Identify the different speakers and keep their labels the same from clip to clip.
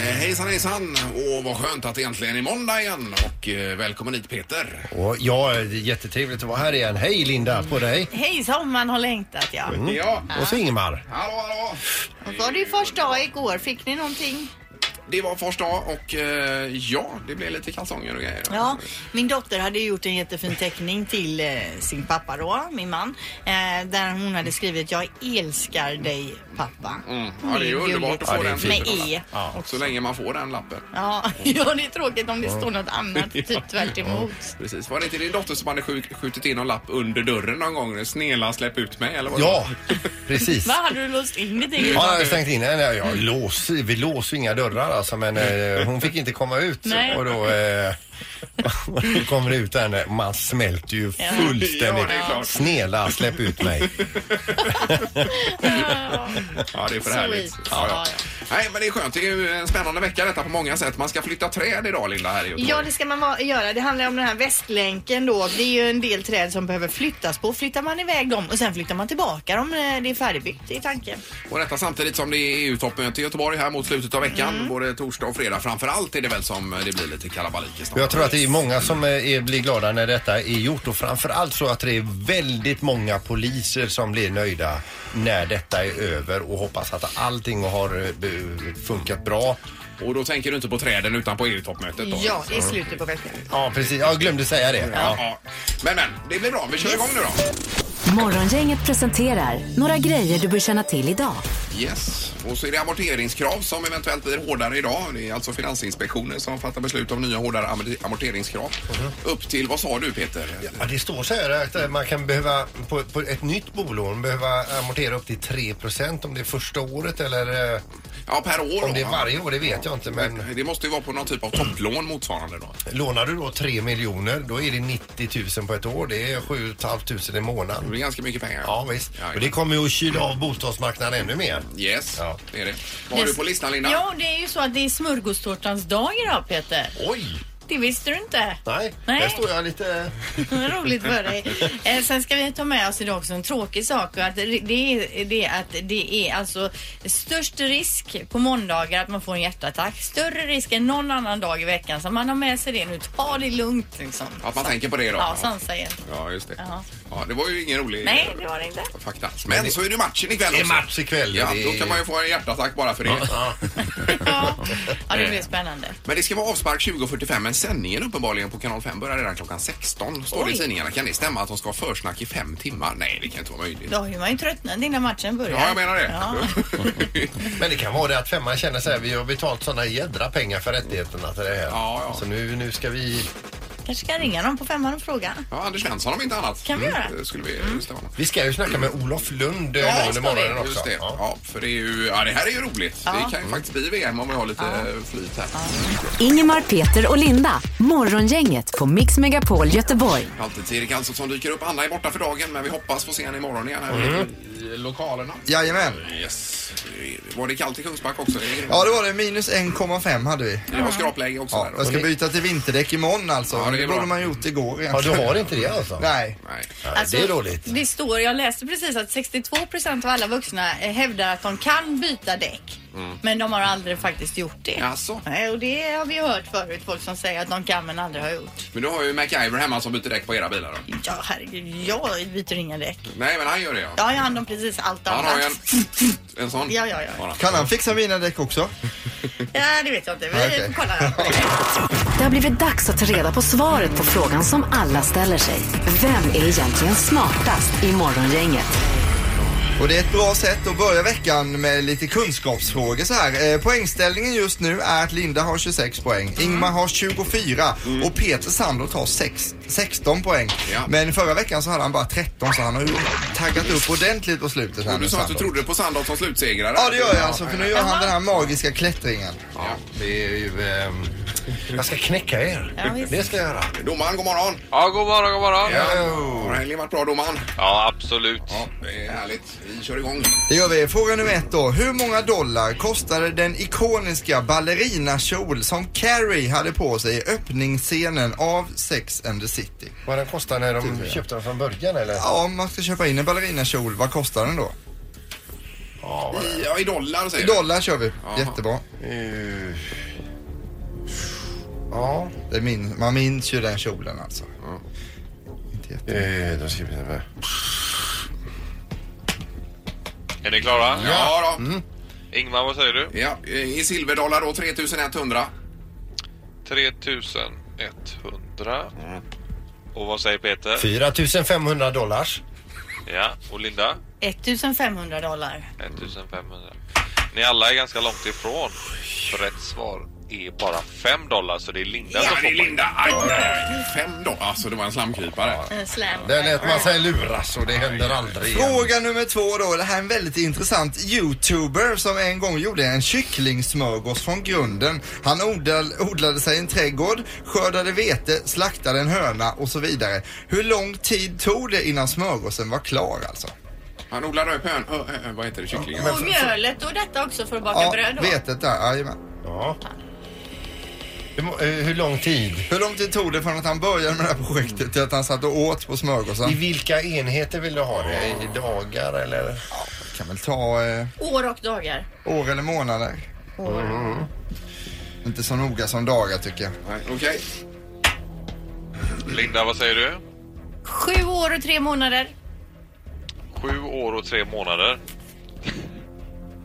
Speaker 1: Eh, hejsan! Och vad skönt att det äntligen är måndag igen. Och eh, välkommen hit Peter.
Speaker 2: Och ja, det är jättetrevligt att vara här igen. Hej Linda på dig!
Speaker 3: Hej som man har längtat ja.
Speaker 1: Ja.
Speaker 2: Och så Ingemar.
Speaker 1: Hallå, hallå!
Speaker 3: Och var det ju första dag igår. Fick ni någonting?
Speaker 1: Det var första dag och eh, ja, det blev lite kalsonger och grejer.
Speaker 3: Ja, min dotter hade gjort en jättefin teckning till eh, sin pappa då, min man. Eh, där hon hade skrivit Jag älskar dig pappa.
Speaker 1: Mm. Ja, det är ju underbart att få
Speaker 2: Ja, det är
Speaker 1: den
Speaker 2: fint.
Speaker 1: typen av
Speaker 3: Med E.
Speaker 1: lapp. Och så länge man får den lappen.
Speaker 3: Ja, ja, det är tråkigt om det står något annat, typ tvärt emot.
Speaker 1: Precis. Var det inte din dotter som hade skj- skjutit in någon lapp under dörren någon gång? Snälla släpp ut mig eller vad det
Speaker 2: Ja,
Speaker 1: var?
Speaker 2: precis.
Speaker 3: Vad hade du låst in ditt eget?
Speaker 2: Ja, jag har stängt in henne. Jag låser, vi låser inga dörrar alltså, men eh, hon fick inte komma ut.
Speaker 3: Nej.
Speaker 2: Och då, eh, då kommer det ut henne. Man smälter ju
Speaker 3: Ja.
Speaker 1: Ja,
Speaker 2: fullständigt.
Speaker 1: det är klart.
Speaker 2: Snälla, släpp ut mig.
Speaker 1: Ja, det är för
Speaker 3: Sweet.
Speaker 1: härligt.
Speaker 3: Ja, ja.
Speaker 1: Nej, men det är skönt. Det är ju en spännande vecka detta på många sätt. Man ska flytta träd idag, Linda, här i Göteborg.
Speaker 3: Ja, det ska man va- göra. Det handlar om den här västlänken då. Det är ju en del träd som behöver flyttas på. Flyttar man iväg dem och sen flyttar man tillbaka dem
Speaker 4: eh,
Speaker 3: när det är färdigbyggt i tanken.
Speaker 1: Och detta samtidigt som det är EU-toppmöte i Göteborg här mot slutet av veckan.
Speaker 2: Mm.
Speaker 1: Både torsdag och fredag. Framför allt är det väl som det blir lite kalabalik i
Speaker 2: Och
Speaker 1: stan.
Speaker 2: Jag tror att det är många som eh, är, blir glada när detta är gjort och framförallt så att det är väldigt många poliser som blir nöjda när detta är över och hoppas att allting har eh, bu- funkat bra.
Speaker 1: Och då tänker du inte på träden utan på EU-toppmötet då?
Speaker 3: Ja, i slutet på veckan.
Speaker 2: Ja, precis. Jag glömde säga det.
Speaker 1: Ja.
Speaker 2: Ja.
Speaker 1: ja. Men, men, det blir bra. Vi kör igång nu då.
Speaker 5: Morgongänget presenterar några grejer du bör känna till idag.
Speaker 1: Yes. Och så är det amorteringskrav som eventuellt blir hårdare idag. Det är alltså Finansinspektionen som fattar beslut om nya hårdare amorte- amorteringskrav.
Speaker 2: Mhm.
Speaker 1: Upp till, vad sa du Peter?
Speaker 2: Ja, det står så här att eh, man kan behöva på, på ett nytt bolån behöva amortera upp till 3 om det är första året eller eh,
Speaker 1: Ja, per år
Speaker 2: om
Speaker 1: då,
Speaker 2: det är
Speaker 1: va?
Speaker 2: varje år, det vet jag inte. Men
Speaker 1: Det måste ju vara på någon typ av topplån motsvarande då.
Speaker 2: lånar du då 3 miljoner då är det 90 000 på ett år. Det är 7 500 i månaden.
Speaker 1: Det blir ganska mycket pengar.
Speaker 2: Ja visst.
Speaker 1: Ja,
Speaker 2: Och det kommer ju att kyla av bostadsmarknaden ännu mer.
Speaker 1: Yes,
Speaker 2: Ja.
Speaker 1: det är det. Vad har
Speaker 3: Yes.
Speaker 1: du på listan Linda?
Speaker 4: Ja, det är ju så att det är smörgåstårtans dag idag Peter.
Speaker 2: Oj!
Speaker 4: Det visste du inte.
Speaker 2: Nej,
Speaker 4: Nej.
Speaker 2: där står jag lite...
Speaker 4: Roligt för dig. Eh, sen ska vi ta med oss idag också en tråkig sak. och Att det, är, det är att det är alltså störst risk på måndagar att man får en hjärtattack. Större risk än någon annan dag i veckan. Så man har med sig det nu. Ta det lugnt liksom.
Speaker 1: Att man tänker på det då?
Speaker 4: Ja, sansa igen.
Speaker 1: Ja, just det.
Speaker 4: Ja.
Speaker 1: Ja, det var ju ingen rolig
Speaker 4: Nej, det var det inte.
Speaker 1: fakta. Men så är det matchen ikväll
Speaker 2: Det är
Speaker 1: också.
Speaker 2: match ikväll.
Speaker 1: Ja,
Speaker 2: det är...
Speaker 1: då kan man ju få en hjärtattack bara för det.
Speaker 2: Ja.
Speaker 4: Ja, ja det blir spännande.
Speaker 1: Men det ska vara avspark 20.45, men sändningen uppenbarligen på Kanal 5 börjar redan klockan 16. Står det i
Speaker 4: Oj.
Speaker 1: tidningarna. Kan det stämma att de ska ha försnack i fem timmar? Nej, det kan inte vara möjligt.
Speaker 4: Då har ju man ju tröttnat innan matchen börjar.
Speaker 1: Ja, jag menar det.
Speaker 4: Ja.
Speaker 2: Men det kan vara det att femman känner så här, vi har betalt såna jädra pengar för rättigheterna till det här.
Speaker 1: Ja, ja.
Speaker 2: Så nu, nu ska vi...
Speaker 4: Kanske ska jag ringa dem på femman och fråga.
Speaker 1: Ja, Anders Svensson om inte annat. Mm,
Speaker 4: Kan vi göra? Mm.
Speaker 1: Det skulle vi stämma.
Speaker 2: Vi ska ju snacka med Olof Lund ja,
Speaker 4: det
Speaker 2: under
Speaker 4: ska
Speaker 2: morgonen
Speaker 4: vi.
Speaker 2: också.
Speaker 1: Just det.
Speaker 2: Ja.
Speaker 1: Ja, för det är ju... Ja, det här är ju roligt. Det kan ju faktiskt bli VM om vi har lite ja. flyt här.
Speaker 5: Ingemar, Peter och Linda. Morgongänget på Mix Megapol Göteborg.
Speaker 1: Alltid Erik alltså som dyker upp. Anna är borta för dagen, men vi hoppas få se henne imorgon igen här i lokalerna.
Speaker 6: Jajamän.
Speaker 1: Yes. Var det kallt i Kungsbacka också?
Speaker 6: Ja det var det, minus 1,5 hade vi.
Speaker 1: Det var skrapläge också
Speaker 6: Ja,
Speaker 1: där.
Speaker 6: jag ska byta till vinterdäck imorgon alltså.
Speaker 1: Ja, det är
Speaker 6: det,
Speaker 1: bra.
Speaker 6: borde man gjort igår
Speaker 2: Ja,
Speaker 6: egentligen.
Speaker 2: du har inte det alltså?
Speaker 6: Nej.
Speaker 1: Nej.
Speaker 2: Nej, det är dåligt.
Speaker 4: Det Alltså, står, jag läste precis att 62 procent av alla vuxna eh, hävdar att de kan byta däck. Men de har aldrig faktiskt gjort det.
Speaker 1: Jaså?
Speaker 4: Nej, och det har vi hört förut, folk som säger att de kan men aldrig har gjort.
Speaker 1: Men du har ju MacGyver hemma som byter däck på era bilar då.
Speaker 4: Ja, herregud, jag byter inga däck.
Speaker 1: Nej, men han gör det ja.
Speaker 4: Jag har ju hand om precis allt
Speaker 1: Han
Speaker 4: annat.
Speaker 1: har ju en, en sån.
Speaker 4: Ja, ja, ja.
Speaker 6: Kan han fixa mina däck också?
Speaker 4: Ja, det vet jag inte. Vi
Speaker 6: Ja, okej.
Speaker 4: kollar.
Speaker 5: Det har blivit dags att ta reda på svaret på frågan som alla ställer sig. Vem är egentligen smartast i Morgongänget?
Speaker 6: Och det är ett bra sätt att börja veckan med lite kunskapsfrågor så här. Eh, poängställningen just nu är att Linda har 26 poäng,
Speaker 1: Mm.
Speaker 6: Ingmar har 24 och Peter Sandroth har sex, 16 poäng.
Speaker 1: Ja.
Speaker 6: Men förra veckan så hade han bara 13 så han har ju taggat upp ordentligt på slutet här
Speaker 1: Och du
Speaker 6: nu,
Speaker 1: sa att du
Speaker 6: Sandroth.
Speaker 1: trodde på Sandholt som slutsegrare.
Speaker 6: Ja det gör jag alltså för nu gör han den här magiska klättringen.
Speaker 1: Ja.
Speaker 2: Det är ju... ehm, Jag ska knäcka er.
Speaker 4: Ja, visst.
Speaker 2: det ska jag göra.
Speaker 1: Domaren, god morgon!
Speaker 7: Ja, god morgon, god morgon. Ja,
Speaker 1: Har helgen varit bra domaren?
Speaker 7: absolut.
Speaker 1: Ja, det är härligt. Vi kör igång.
Speaker 6: Det gör vi. Fråga nummer ett då. Hur många dollar kostade den ikoniska ballerinakjol som Carrie hade på sig i öppningsscenen av Sex and the City?
Speaker 2: Vad den kostar när de köpte den från början eller?
Speaker 6: Ja, om man ska köpa in en ballerinakjol, vad kostar den då?
Speaker 1: I, ja, i dollar säger
Speaker 6: I
Speaker 1: du.
Speaker 6: dollar kör vi. Jättebra.
Speaker 2: Eh, Ja.
Speaker 6: Det min, man minns ju den kjolen alltså. Inte jätte...
Speaker 2: Eh, då ska vi se.
Speaker 7: Är ni klara?
Speaker 1: Ja, Mm. då.
Speaker 7: Ingmar, vad säger du?
Speaker 1: ja. I silverdollar då 3100.
Speaker 7: 3100. Och vad säger Peter?
Speaker 2: 4 500 dollars.
Speaker 7: Ja, och Linda?
Speaker 4: 1500 dollar.
Speaker 7: 1500. Ni alla är ganska långt ifrån. För rätt svar är bara 5 dollar, så det är Linda som
Speaker 1: Ja,
Speaker 7: får
Speaker 1: det är
Speaker 7: poäng.
Speaker 1: Linda. Aj, nej. Fem då. Alltså, det var en slamkrypare.
Speaker 4: En Slam.
Speaker 2: Den lät man sig luras och det händer aldrig igen.
Speaker 6: Fråga nummer två då. Det här är en väldigt intressant youtuber som en gång gjorde en kycklingsmörgås från grunden. Han odlade, odlade sig en trädgård, skördade vete, slaktade en höna och så vidare. Hur lång tid tog det innan smörgåsen var klar alltså?
Speaker 1: Han odlade upp hön... ö- ö- ö- Vad heter det? Kycklingar?
Speaker 4: Och mjölet och detta också för att baka
Speaker 6: Ja,
Speaker 4: bröd då.
Speaker 6: vetet där. Jajamän.
Speaker 2: Ja. Hur, må- eh, hur lång tid?
Speaker 6: Hur lång tid tog det från att han började med det här projektet till att han satt och åt på
Speaker 2: I
Speaker 6: smörgåsen?
Speaker 2: vilka enheter vill du ha det? I dagar eller?
Speaker 6: Det kan väl ta eh,
Speaker 4: År och dagar.
Speaker 6: år eller månader. Inte så noga som dagar tycker jag.
Speaker 1: Nej, Okej.
Speaker 7: Linda, vad säger du?
Speaker 4: Sju år och tre månader.
Speaker 7: 7 år och 3 månader.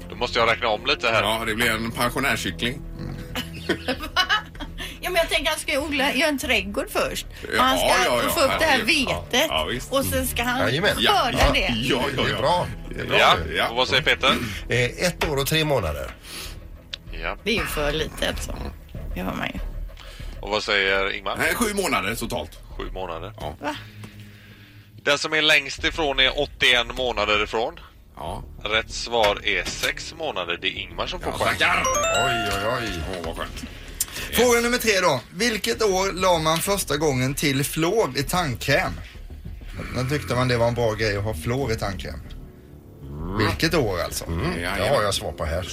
Speaker 7: Då måste jag räkna om lite här.
Speaker 1: Ja, det blir en pensionärskyckling.
Speaker 4: Ja, men jag tänker han ska ju odla, göra en trädgård först.
Speaker 1: Ja,
Speaker 4: och han ska
Speaker 1: ja, ja,
Speaker 4: få upp det här
Speaker 1: herregud. Ja,
Speaker 4: vetet.
Speaker 1: ja, visst.
Speaker 4: och sen ska han
Speaker 2: Jajamän.
Speaker 4: skörda
Speaker 1: Ja,
Speaker 4: det.
Speaker 1: Ja,
Speaker 2: Det
Speaker 1: ja,
Speaker 2: är
Speaker 1: ja.
Speaker 2: bra. Det är bra.
Speaker 7: Ja, Mm.
Speaker 1: Ja.
Speaker 7: och vad säger Peter?
Speaker 2: Eh, ett år och tre månader.
Speaker 7: Ja.
Speaker 4: Det är ju för litet. Så. Det hör man ju.
Speaker 7: Och vad säger Ingmar?
Speaker 1: Nej, Sju månader totalt.
Speaker 7: 7 månader.
Speaker 1: Ja.
Speaker 4: Va?
Speaker 7: Den som är längst ifrån är 81 månader ifrån.
Speaker 1: Ja.
Speaker 7: Rätt svar är 6 månader. Det är Ingmar som får
Speaker 1: Ja,
Speaker 7: poäng.
Speaker 1: Tackar!
Speaker 2: Oj, oj, oj.
Speaker 1: Åh, vad skönt.
Speaker 6: Fråga nummer tre då. Vilket år la man första gången till flår i tandkräm? När tyckte man det var en bra grej att ha flår i tandkräm? Vilket år alltså?
Speaker 8: Mm.
Speaker 1: Mm. Ja,
Speaker 2: Det har jag svar på här.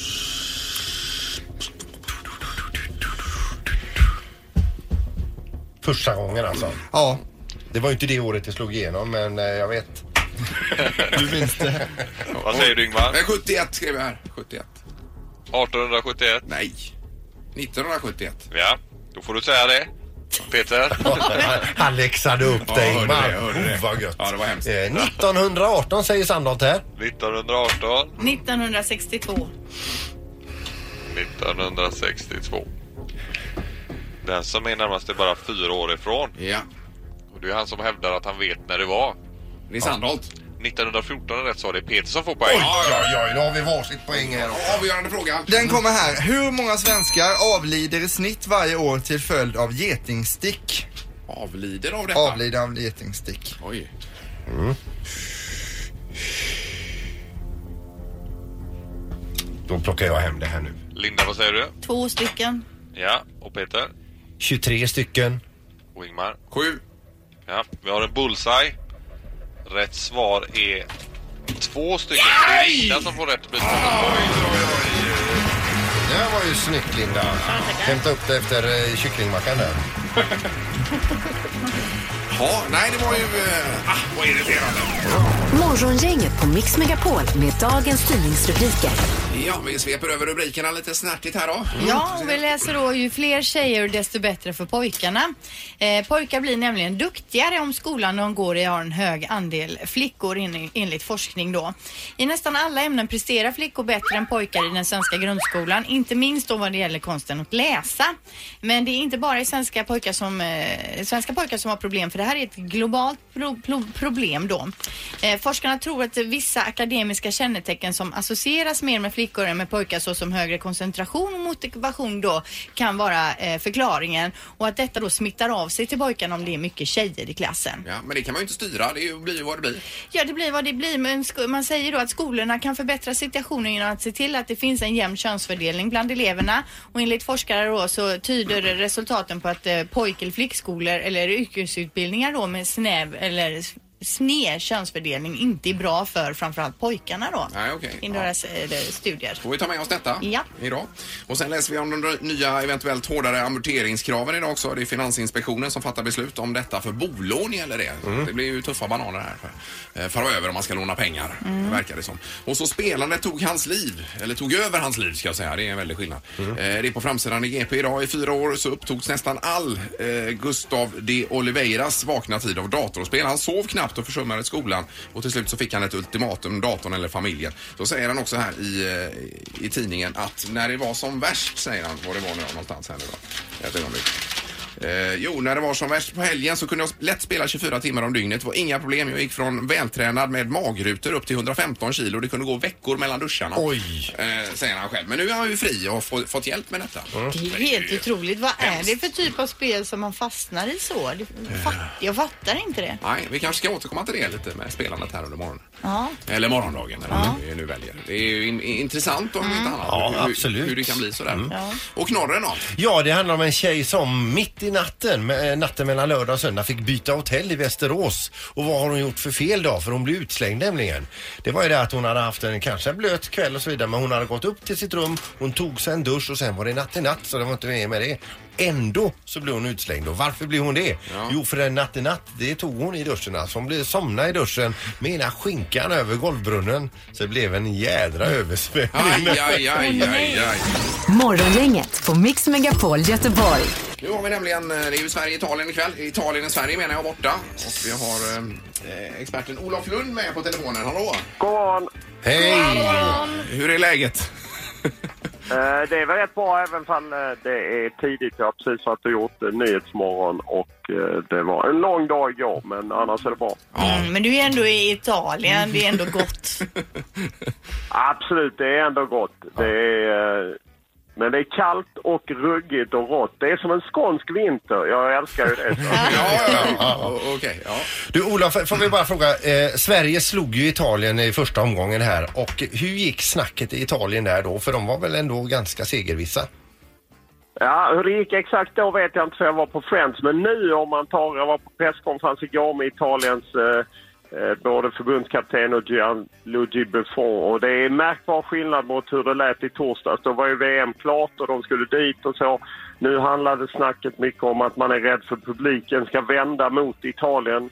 Speaker 2: Första gången alltså.
Speaker 6: Ja,
Speaker 2: Det var ju inte det året det slog igenom men eh, jag vet.
Speaker 6: du minns det.
Speaker 7: Vad säger du Ingmar?
Speaker 1: Nej, 71 Eh, skrev jag här. 71.
Speaker 7: 1871.
Speaker 1: Nej. 1971.
Speaker 7: Ja, då får du säga det. Peter?
Speaker 2: Han läxade upp dig
Speaker 1: hörde
Speaker 2: Ingmar.
Speaker 1: det, jag hörde det.
Speaker 2: Oh, vad gött.
Speaker 1: Ja, det var hemskt.
Speaker 2: Eh, 1918 säger Sandholt här.
Speaker 7: 1918.
Speaker 4: 1962.
Speaker 7: 1962. Den som är närmast är bara fyra år ifrån.
Speaker 1: Ja.
Speaker 7: Och det är han som hävdar att han vet när det var.
Speaker 1: Det är Sandholt.
Speaker 7: 1914 är rätt svar. Det är Peter som får poäng.
Speaker 2: Oj, oj, oj, nu har vi varsitt poäng här också.
Speaker 1: Avgörande fråga.
Speaker 6: Den kommer här. Hur många svenskar avlider i snitt varje år till följd av getingstick?
Speaker 1: Avlider av detta?
Speaker 6: Avlida av getingstick.
Speaker 1: Oj.
Speaker 2: Då plockar jag hem det här nu.
Speaker 7: Linda, vad säger du?
Speaker 4: Två stycken.
Speaker 7: Ja, och Peter?
Speaker 2: 23 stycken.
Speaker 7: Och Ingmar?
Speaker 1: Sju.
Speaker 7: Ja, vi har en bullseye. Rätt svar är två stycken. Så Det är Linda som får rätt pris.
Speaker 2: Det här var ju snyggt Linda. Hämta upp det efter eh, kycklingmackan där.
Speaker 1: Ja, nej det var ju... eh, Ah, vad irriterande.
Speaker 5: Morgongänget på Mix Megapol med dagens tidningsrubriker.
Speaker 1: Ja, vi sveper över rubrikerna lite snärtigt här då.
Speaker 4: Ja, och vi läser då ju fler tjejer desto bättre för pojkarna. Eh, pojkar blir nämligen duktigare om skolan de går i har en hög andel flickor en, enligt forskning då. I nästan alla ämnen presterar flickor bättre än pojkar i den svenska grundskolan, inte minst då vad det gäller konsten att läsa. Men det är inte bara i svenska pojkar som, eh, svenska pojkar som har problem för det här är ett globalt pro, pro, problem då. Eh, forskarna tror att vissa akademiska kännetecken som associeras mer med flickor än med pojkar såsom högre koncentration och motivation då kan vara eh, förklaringen och att detta då smittar av sig till pojkarna om det är mycket tjejer i klassen.
Speaker 1: Ja, men det kan man ju inte styra. Det är ju- blir ju vad det blir.
Speaker 4: Ja, det blir vad det blir. Men sko- man säger då att skolorna kan förbättra situationen genom att se till att det finns en jämn könsfördelning bland eleverna. Och enligt forskare då så tyder resultaten på att eh, pojk eller flickskolor eller yrkesutbildningar då med snäv eller s-
Speaker 3: sned könsfördelning inte är bra för framförallt pojkarna då.
Speaker 1: Nej, okej.
Speaker 3: I
Speaker 1: Ja.
Speaker 3: deras eh, studier.
Speaker 1: Får vi ta med oss detta
Speaker 3: Ja.
Speaker 1: idag. Och sen läser vi om de nya eventuellt hårdare amorteringskraven idag också. Det är Finansinspektionen som fattar beslut om detta för bolån gäller det. Det blir ju tuffa bananer här för, eh, framöver om man ska låna pengar, verkar det som. Och så spelandet tog hans liv, eller tog över hans liv ska jag säga. Det är en väldig skillnad. Eh, Det är på framsidan i GP idag. I fyra år så upptogs nästan all eh, Gustav de Oliveiras vakna tid av datorspel. Han sov knappt och försummade skolan och till slut så fick han ett ultimatum, datorn eller familjen. Då säger han också här i, eh, i tidningen att när det var som värst, säger han, var det var nu någonstans här nu då. Ett ögonblick. Eh, jo, när det var som värst på helgen så kunde jag lätt spela 24 timmar om dygnet. Det var inga problem. Jag gick från vältränad med magrutor upp till 115 kilo. Det kunde gå veckor mellan duscharna.
Speaker 2: Oj.
Speaker 1: Eh, säger han själv. Men nu är han ju fri och har få, fått hjälp med detta.
Speaker 3: Det är helt otroligt. Vad är det för typ av spel som man fastnar i så? Det- Fatt, jag fattar inte det.
Speaker 1: Nej, vi kanske ska återkomma till det lite med spelandet här under morgonen.
Speaker 3: Ja.
Speaker 1: Eller morgondagen eller vad vi nu väljer. Det är ju in, intressant om inte annat.
Speaker 2: Ja,
Speaker 1: hur,
Speaker 2: absolut.
Speaker 1: Hur det kan bli sådär.
Speaker 3: Mm. Ja.
Speaker 1: Och knorren då?
Speaker 2: Ja, det handlar om en tjej som mitt i natten, med- eh, natten mellan lördag och söndag, fick byta hotell i Västerås. Och vad har hon gjort för fel då? För hon blev utslängd nämligen. Det var ju det att hon hade haft en kanske en blöt kväll och så vidare, men hon hade gått upp till sitt rum, hon tog sig en dusch och sen var det natt i natt, så det var inte mer med det. Ändå så blev hon utslängd. Och varför blev hon det? Jo, för en natt i natt, det tog hon i duschen. Alltså, hon blev somna i duschen med ena skinkan över golvbrunnen. Så det blev en jädra översvämning.
Speaker 1: Aj, aj, aj, aj, aj.
Speaker 5: Morgongänget på Mix Megapol Göteborg.
Speaker 1: Nu har vi nämligen, eh, det är ju Sverige-Italien ikväll. Italien och Sverige menar jag borta. Och vi har eh, experten Olof Lund med på telefonen. Hallå!
Speaker 9: God morgon.
Speaker 2: Hej!
Speaker 1: Hur är läget?
Speaker 9: Eh, Det är väl rätt bra även fall eh, det är tidigt. Jag har precis varit och gjort eh, Nyhetsmorgon och eh, det var en lång dag igår men annars är det bra.
Speaker 3: Mm, men du är ändå i Italien, det är ändå gott.
Speaker 9: Absolut, det är ändå gott. Det är, eh, men det är kallt och ruggigt och rått. Det är som en skånsk vinter. Jag älskar ju det. Så.
Speaker 1: Ja, ja, ja. O- Okej, ja.
Speaker 2: Du Ola, får får vi bara fråga. Eh, Sverige slog ju Italien i första omgången här och hur gick snacket i Italien där då? För de var väl ändå ganska segervissa?
Speaker 9: Ja, hur det gick exakt då vet jag inte för jag var på Friends. Men nu om man tar, jag var på presskonferens igår med Italiens eh, eh, både förbundskapten och Gianluigi Buffon. Och det är en märkbar skillnad mot hur det lät i torsdags. Då var ju VM klart och de skulle dit och så. Nu handlade snacket mycket om att man är rädd för publiken ska vända mot Italien.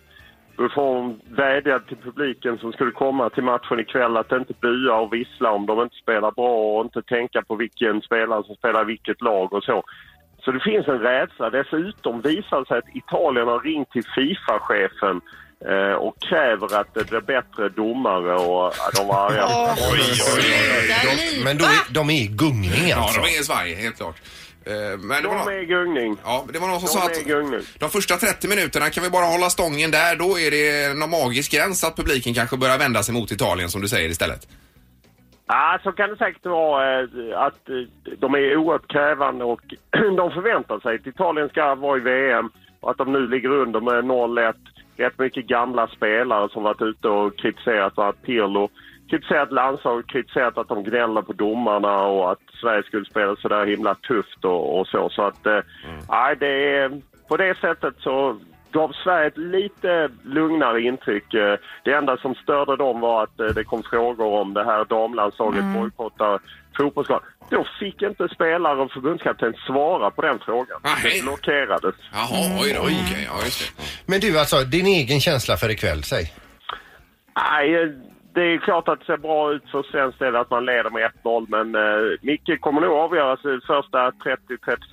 Speaker 9: Buffon vädjade till publiken som skulle komma till matchen ikväll att inte bua och vissla om de inte spelar bra och inte tänka på vilken spelare som spelar i vilket lag och så. Så det finns en rädsla. Dessutom visar det sig att Italien har ringt till Fifa-chefen eh, och kräver att det blir bättre domare och ja, de var arga.
Speaker 2: De, men då, är- de är i gungning
Speaker 1: Ja,
Speaker 2: alltså.
Speaker 1: de är i Sverige, helt klart. Eh, Men det var
Speaker 9: De är
Speaker 1: någon,
Speaker 9: i gungning.
Speaker 1: ja, det var någon som sa
Speaker 9: De är i
Speaker 1: att
Speaker 9: gungning.
Speaker 1: de första 30 minuterna kan vi bara hålla stången där. Då är det någon magisk gräns att publiken kanske börjar vända sig mot Italien som du säger istället.
Speaker 9: Ja, så kan det säkert vara eh, att eh, de är oerhört krävande och de förväntar sig att Italien ska vara i VM och att de nu ligger under med 0-1. Rätt mycket gamla spelare som varit ute och kritiserat att Pirlo kritiserat landslaget, kritiserat att de gnäller på domarna och att Sverige skulle spela så där himla tufft och, och så. Så att, eh, nej, det är, på det sättet så gav Sverige ett lite lugnare intryck. Eh, Det enda som störde dem var att eh, det kom frågor om det här damlandslaget bojkottar fotbollsskador. Då fick inte spelare och förbundskapten svara på den frågan.
Speaker 1: Ah, hej.
Speaker 9: Det blockerades.
Speaker 1: Jaha, oj då. Okej, ja just det.
Speaker 2: Men du alltså, din egen känsla för ikväll, säg.
Speaker 9: Nej, eh, det är klart att det ser bra ut för svensk del att man leder med 1-0, men eh, mycket kommer nog avgöras i första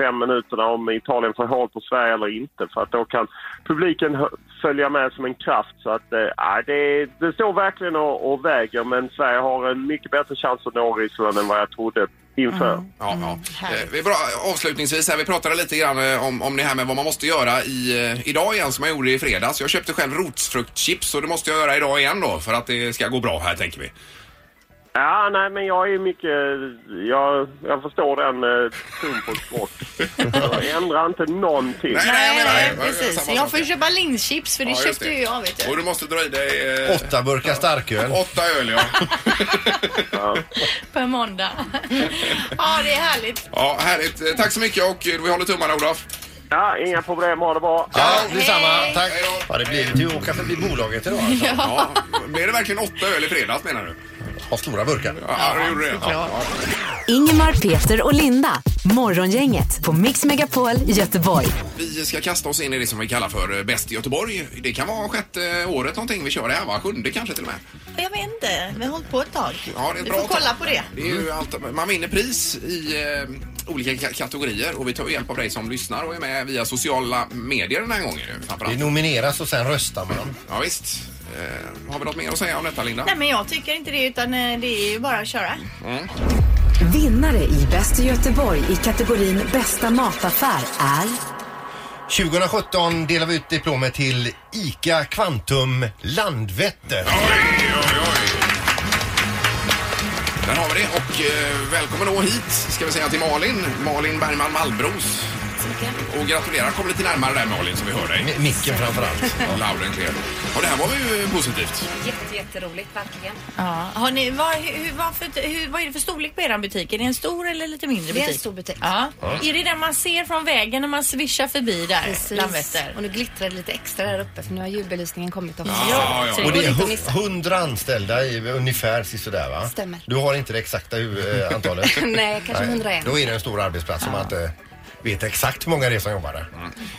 Speaker 9: 30-35 minuterna om Italien får hål på Sverige eller inte, för att då kan publiken hö- följa med som en kraft. Så att, eh, nej, det, det står verkligen och, och väger, men Sverige har en mycket bättre chans att nå Ryssland än vad jag trodde inför.
Speaker 1: Ja, ja. Eh, Vi bra, avslutningsvis här, vi pratade lite grann eh, om, om det här med vad man måste göra i, eh, idag igen som jag gjorde i fredags. Jag köpte själv rotfruktchips och det måste jag göra idag igen då för att det ska gå bra här tänker vi.
Speaker 9: Ja, nej, men jag är mycket... Jag, jag förstår den eh, tron på skrock. Jag ändrar inte någonting.
Speaker 1: jag menar det.
Speaker 3: Nej,
Speaker 1: Jag gör
Speaker 3: precis.
Speaker 1: samma
Speaker 3: Jag
Speaker 1: sak.
Speaker 3: får ju köpa linschips för det
Speaker 1: Ja, just
Speaker 3: köpte ju jag vet du.
Speaker 1: Och du måste dra i dig eh,
Speaker 2: Åtta burkar starköl.
Speaker 1: åtta öl ja.
Speaker 4: på en måndag. ja, det är härligt.
Speaker 1: ja. Härligt. Eh, Tack så mycket och eh, vi håller tummarna Olof.
Speaker 9: Ja, inga problem. Ha det bra.
Speaker 2: Ja, detsamma. Tack.
Speaker 1: Hej då.
Speaker 2: Ja, det blir lite att åka förbi bolaget idag alltså.
Speaker 1: Ja, blev det verkligen åtta öl i fredags menar du?
Speaker 2: Har stora burkar.
Speaker 1: Ja, det gjorde det. Ja.
Speaker 5: Ingemar, Peter och Linda. Morgongänget på Mix Megapol Göteborg.
Speaker 1: Vi ska kasta oss in i det som vi kallar för eh, Bäst i Göteborg. Det kan vara sjätte året någonting vi kör det här va? Sjunde kanske till och med.
Speaker 4: Jag vet inte, vi har hållit på ett tag.
Speaker 1: Ja, det är ett
Speaker 4: vi
Speaker 1: bra
Speaker 4: får kolla
Speaker 1: tag.
Speaker 4: på det.
Speaker 1: Det är
Speaker 2: Mm.
Speaker 1: ju allt, man vinner pris i eh, olika ka- kategorier och vi tar hjälp av dig som lyssnar och är med via sociala medier den här gången. ju,
Speaker 2: Det
Speaker 1: Framförallt.
Speaker 2: nomineras och sen röstar man.
Speaker 1: Ja, visst. Eh, har vi något mer att säga om detta Linda?
Speaker 4: Nej men jag tycker inte det utan eh, det är ju bara att köra.
Speaker 5: Vinnare i Bäst i Göteborg i kategorin Bästa mataffär är
Speaker 2: 2017 delar vi ut diplomet till ICA Kvantum Landvetter.
Speaker 1: Där har vi det och eh, välkommen då hit ska vi säga till Malin, Malin Bergman Malmbros. Och gratulerar, kom lite närmare där Malin så vi hör dig.
Speaker 2: M- Micken framförallt.
Speaker 1: Loud and clear. Ja, det här var ju positivt.
Speaker 10: Jätte, jätteroligt, verkligen.
Speaker 4: Ja. Har ni, vad, hur, vad, för, hur, vad är det för storlek på er butik? Är det en stor eller lite mindre butik?
Speaker 10: Det är en stor butik.
Speaker 4: Ja. Är det den man ser från vägen när man svischar förbi där? Landvetter.
Speaker 10: Och nu glittrar det lite extra där uppe för nu har julbelysningen kommit också.
Speaker 1: Ja, ja.
Speaker 10: Så
Speaker 2: Och det är
Speaker 10: går inte att
Speaker 2: hu-
Speaker 10: missa.
Speaker 2: 100 anställda i, ungefär sådär va?
Speaker 10: Stämmer.
Speaker 2: Du har inte det exakta hu- eh, antalet?
Speaker 10: Nej, kanske 101.
Speaker 2: Då är det en stor arbetsplats som man inte vet exakt hur många det är som jobbar där.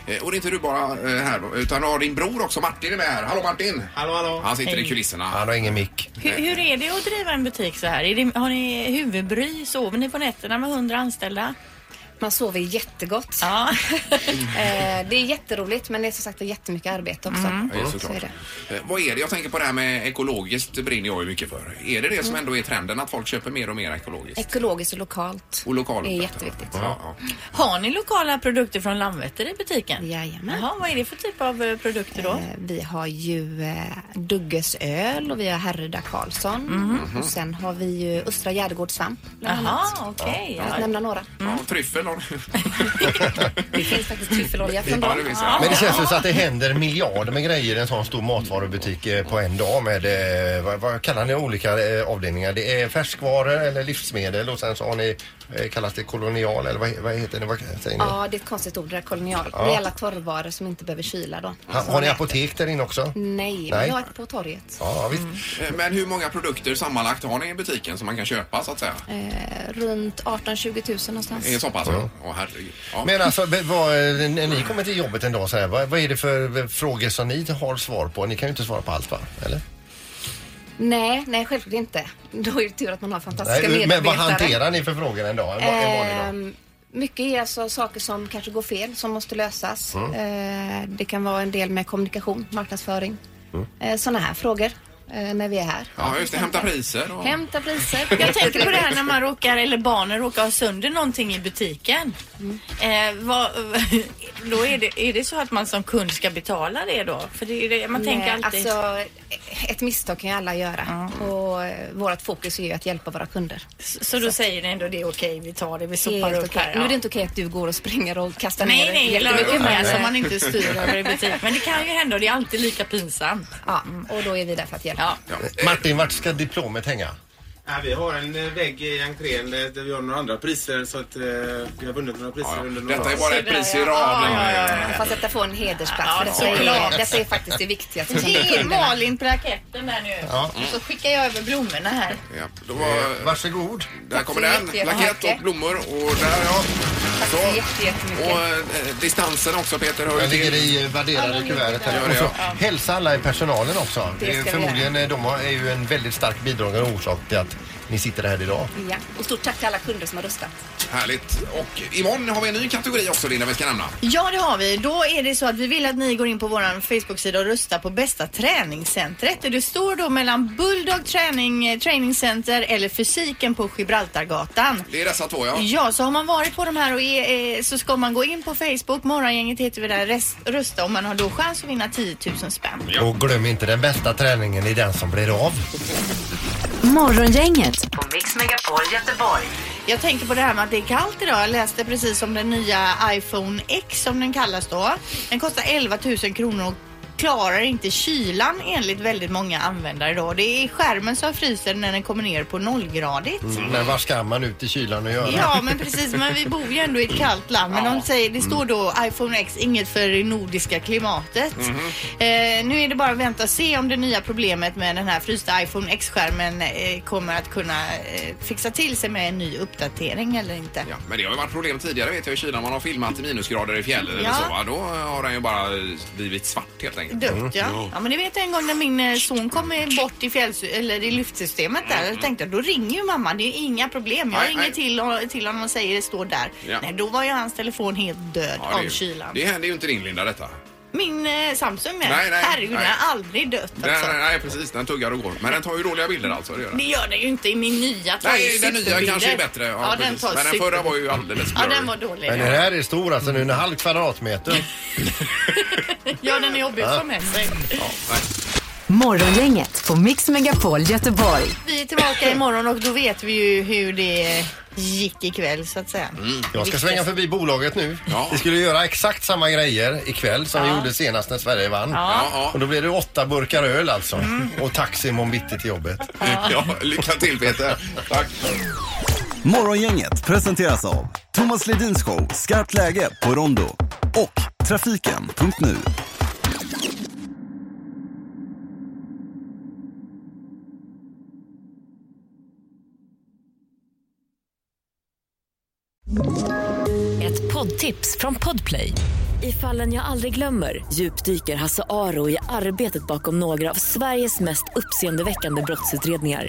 Speaker 1: Eh, Och det är inte du bara eh, här då, utan du har din bror också Martin är med här. Hallå Martin!
Speaker 11: Hallå, hallå.
Speaker 1: Han sitter i kulisserna.
Speaker 2: Han har ingen mick.
Speaker 4: Hur, hur är det att driva en butik så här? Är det, har ni huvudbry? Sover ni på nätterna med hundra anställda?
Speaker 10: Man sover jättegott.
Speaker 4: Ja.
Speaker 10: Eh, det är jätteroligt men det är som sagt jättemycket arbete också.
Speaker 1: Ja,
Speaker 10: Så
Speaker 1: såklart.
Speaker 10: är det.
Speaker 1: Eh, Vad är det? Jag tänker på det här med ekologiskt det brinner jag ju mycket för. Är det det som ändå är trenden att folk köper mer och mer ekologiskt?
Speaker 10: Ekologiskt och lokalt. Mm.
Speaker 1: Och lokalt.
Speaker 10: Det är jätteviktigt.
Speaker 1: Ja, ja.
Speaker 4: Har ni lokala produkter från Landvetter i butiken?
Speaker 10: Jajamän.
Speaker 4: Jaha, vad är det för typ av eh, produkter då?
Speaker 10: Eh, Vi har ju eh, Dugges öl och vi har Herreda Karlsson. Mm. Och sen har vi ju Östra Gärdegård svamp bland annat.
Speaker 4: Jaha, okej.
Speaker 10: För att
Speaker 4: Ja.
Speaker 10: nämna några.
Speaker 1: Ja, tryffel har du.
Speaker 10: Det finns faktiskt tryffelolja från
Speaker 1: Ja,
Speaker 10: dem.
Speaker 1: det finns det.
Speaker 2: Men det känns ju så att det händer miljarder med grejer i en sån stor matvarubutik eh, på en dag med, eh, vad, vad kallar ni olika eh, avdelningar? Det är färskvaror eller livsmedel och sen så har ni, eh, kallas det kolonial eller vad, vad heter det? Vad säger ni?
Speaker 10: Ja, det är ett konstigt ord det där, kolonial. Det är alla torrvaror som inte behöver kyla då.
Speaker 2: Ha, har ni apotek där inne också?
Speaker 10: Nej,
Speaker 2: Nej.
Speaker 10: vi har ett på torget.
Speaker 2: Ja, visst.
Speaker 1: Eh, Men hur många produkter sammanlagt har ni i butiken som man kan köpa så att säga?
Speaker 10: Eh, runt 18-20 000 någonstans.
Speaker 1: Det är så pass? Ja, herregud. Ja.
Speaker 2: Men alltså, be- vad, eh, när ni kommer till jobbet en dag så här, vad, vad är det för eh, frågor som ni har svar på? Ni kan ju inte svara på allt va? Eller?
Speaker 10: Nej, nej självklart inte. Då är det tur att man har fantastiska
Speaker 2: Nej, eh, men vad
Speaker 10: medarbetare.
Speaker 2: hanterar ni för frågor en dag? En, va- en vanlig dag?
Speaker 10: Ehm, mycket är alltså saker som kanske går fel, som måste lösas. Eh, det kan vara en del med kommunikation, marknadsföring. Mm. Sådana här frågor eh, när vi är här.
Speaker 1: Ja, just det. Hämta priser. Och...
Speaker 10: Hämta priser.
Speaker 4: Jag tänker på det här när man råkar, eller barnen råkar ha sönder någonting i butiken. Eh, vad, då är det, är det så att man som kund ska betala det då? För det är det, man tänker
Speaker 10: Nej,
Speaker 4: alltid.
Speaker 10: Alltså, ett misstag kan ju alla göra. Och eh, vårt fokus är ju att hjälpa våra kunder.
Speaker 4: så, så då säger ni ändå det är okej, vi tar det, vi
Speaker 10: Det är
Speaker 4: sopar
Speaker 10: helt
Speaker 4: upp
Speaker 10: okej.
Speaker 4: här.
Speaker 10: Nu
Speaker 4: ja.
Speaker 10: är det inte okej att du går och springer och kastar
Speaker 4: Nej,
Speaker 10: ner
Speaker 4: nej,
Speaker 10: jättemycket.
Speaker 4: eller
Speaker 10: Men,
Speaker 4: hur? Som man
Speaker 10: eh,
Speaker 4: inte styr över i butik. Men det kan ju hända och det är alltid lika pinsamt.
Speaker 10: ja, och då är vi där för att hjälpa.
Speaker 4: Ja.
Speaker 1: Ja.
Speaker 2: Martin, vart ska diplomet hänga?
Speaker 11: Ja, vi har en eh, vägg i entrén eh, där vi har några andra priser så att eh, vi har vunnit några priser
Speaker 1: Ja,
Speaker 11: under några
Speaker 1: Detta är
Speaker 11: år.
Speaker 1: bara ett
Speaker 4: Sådär,
Speaker 1: pris i
Speaker 4: ja.
Speaker 1: rad.
Speaker 4: Ja, ja, ja.
Speaker 10: Fast detta får en hedersplats.
Speaker 4: Ja,
Speaker 10: för detta,
Speaker 4: såklart.
Speaker 10: är, detta är faktiskt det viktigaste. som
Speaker 4: Ge
Speaker 10: kunderna.
Speaker 4: Malin plaketten där nu. Så skickar jag över blommorna här.
Speaker 1: Ja, då
Speaker 2: Eh,
Speaker 1: var,
Speaker 2: Varsågod.
Speaker 1: där kommer
Speaker 10: så
Speaker 1: den.
Speaker 10: jättemycket.
Speaker 1: Plakett och blommor. Och där, ja.
Speaker 10: Tack så jätte- jättemycket.
Speaker 1: Och eh, distansen också, Peter. Hör
Speaker 2: Jag
Speaker 1: ju
Speaker 2: ligger
Speaker 1: till.
Speaker 2: i eh, värderade kuvertet
Speaker 1: Gör
Speaker 2: här.
Speaker 1: det,
Speaker 2: Och så
Speaker 1: ja.
Speaker 2: hälsa alla i personalen också.
Speaker 10: Det ska
Speaker 2: Eh,
Speaker 10: vi
Speaker 2: Förmodligen eh, de har- är ju en väldigt stark bidragande orsak till att ni sitter här idag.
Speaker 10: Ja, och stort tack till alla kunder som har röstat.
Speaker 1: Härligt. Och imorgon har vi en ny kategori också, Linda, vi ska nämna.
Speaker 3: Ja, det har vi. Då är det så att vi vill att ni går in på vår Facebook-sida och röstar på bästa träningscentret. Det står då mellan Bulldog Training, eh, Training Center eller Fysiken på Gibraltargatan.
Speaker 1: Det är dessa två, ja.
Speaker 3: Ja, så har man varit på de här och är, eh, så ska man gå in på Facebook, Morgongänget heter vi där, rest, rösta och man har då chans att vinna 10 000 spänn.
Speaker 2: Och glöm inte den bästa träningen är den som blir av.
Speaker 5: Morgongänget på Mix Megapol Göteborg.
Speaker 3: Jag tänker på det här med att det är kallt idag. Jag läste precis om den nya iPhone X som den kallas då. Den kostar 11 000 kronor
Speaker 4: klarar inte kylan enligt väldigt många användare då. Det är skärmen som fryser när den kommer ner på nollgradigt.
Speaker 2: Men vad ska man ut i kylan och göra?
Speaker 4: Ja, men precis. Men vi bor ju ändå i ett kallt land. Men de säger, det står då iPhone X, inget för det nordiska klimatet. Eh, nu är det bara att vänta och se om det nya problemet med den här frysta iPhone X-skärmen eh, kommer att kunna eh, fixa till sig med en ny uppdatering eller inte.
Speaker 1: Ja, men det har ju varit problem tidigare vet jag i Kina. Man har filmat i minusgrader i fjällen eller
Speaker 4: Ja.
Speaker 1: så. Va? Då har den ju bara blivit svart helt enkelt.
Speaker 4: Dumt ja. ja men ni vet en gång när min eh, son kom eh, bort i, fjälls- eller i lyftsystemet där. Då tänkte jag då ringer ju mamma. Det är inga problem. Jag
Speaker 1: Mm. Nej,
Speaker 4: ringer
Speaker 1: nej.
Speaker 4: till, hon- till honom och säger det står där.
Speaker 1: Ja.
Speaker 4: Nej då var ju hans telefon helt död
Speaker 1: Ja, det,
Speaker 4: av
Speaker 1: är-
Speaker 4: kylan.
Speaker 1: det händer ju inte din Linda detta.
Speaker 4: Min eh, Samsung nej.
Speaker 1: Nej, nej,
Speaker 4: Herregud den
Speaker 1: nej.
Speaker 4: har aldrig dött alltså.
Speaker 1: Nej, nej, nej, precis. Den tuggar och går. Men den tar ju dåliga bilder alltså. Det gör den.
Speaker 4: Det gör den ju inte i min nya. tar ju
Speaker 1: Nej, den nya
Speaker 4: superbilder.
Speaker 1: kanske är bättre.
Speaker 4: Ja, den
Speaker 1: precis.
Speaker 4: tar
Speaker 1: men den
Speaker 4: super-
Speaker 1: förra var ju alldeles
Speaker 4: Ja,
Speaker 1: blurry.
Speaker 4: den var dålig.
Speaker 2: Men den här är stor alltså, nu är en halv kvadratmeter.
Speaker 4: Ja, den är jobbig att få med sig.
Speaker 1: Ja, nej.
Speaker 5: Morgongänget på Mix Megapol Göteborg.
Speaker 4: Vi är tillbaka imorgon och då vet vi ju hur det gick ikväll så att säga.
Speaker 1: Mm.
Speaker 2: Jag ska svänga förbi bolaget nu.
Speaker 1: Ja.
Speaker 2: Vi skulle göra exakt samma grejer ikväll som vi gjorde senast när Sverige vann.
Speaker 1: Ja, ja.
Speaker 2: Och då blir det åtta burkar öl alltså. Och taxi imorgon bitti till jobbet.
Speaker 1: ja, lycka till Peter. Tack.
Speaker 8: Morgongänget presenteras av Thomas Ledins show Skarpt läge på Rondo och Trafiken.nu.
Speaker 12: Ett poddtips från Podplay. I fallen jag aldrig glömmer djupdyker Hasse Aro i arbetet bakom några av Sveriges mest uppseendeväckande brottsutredningar.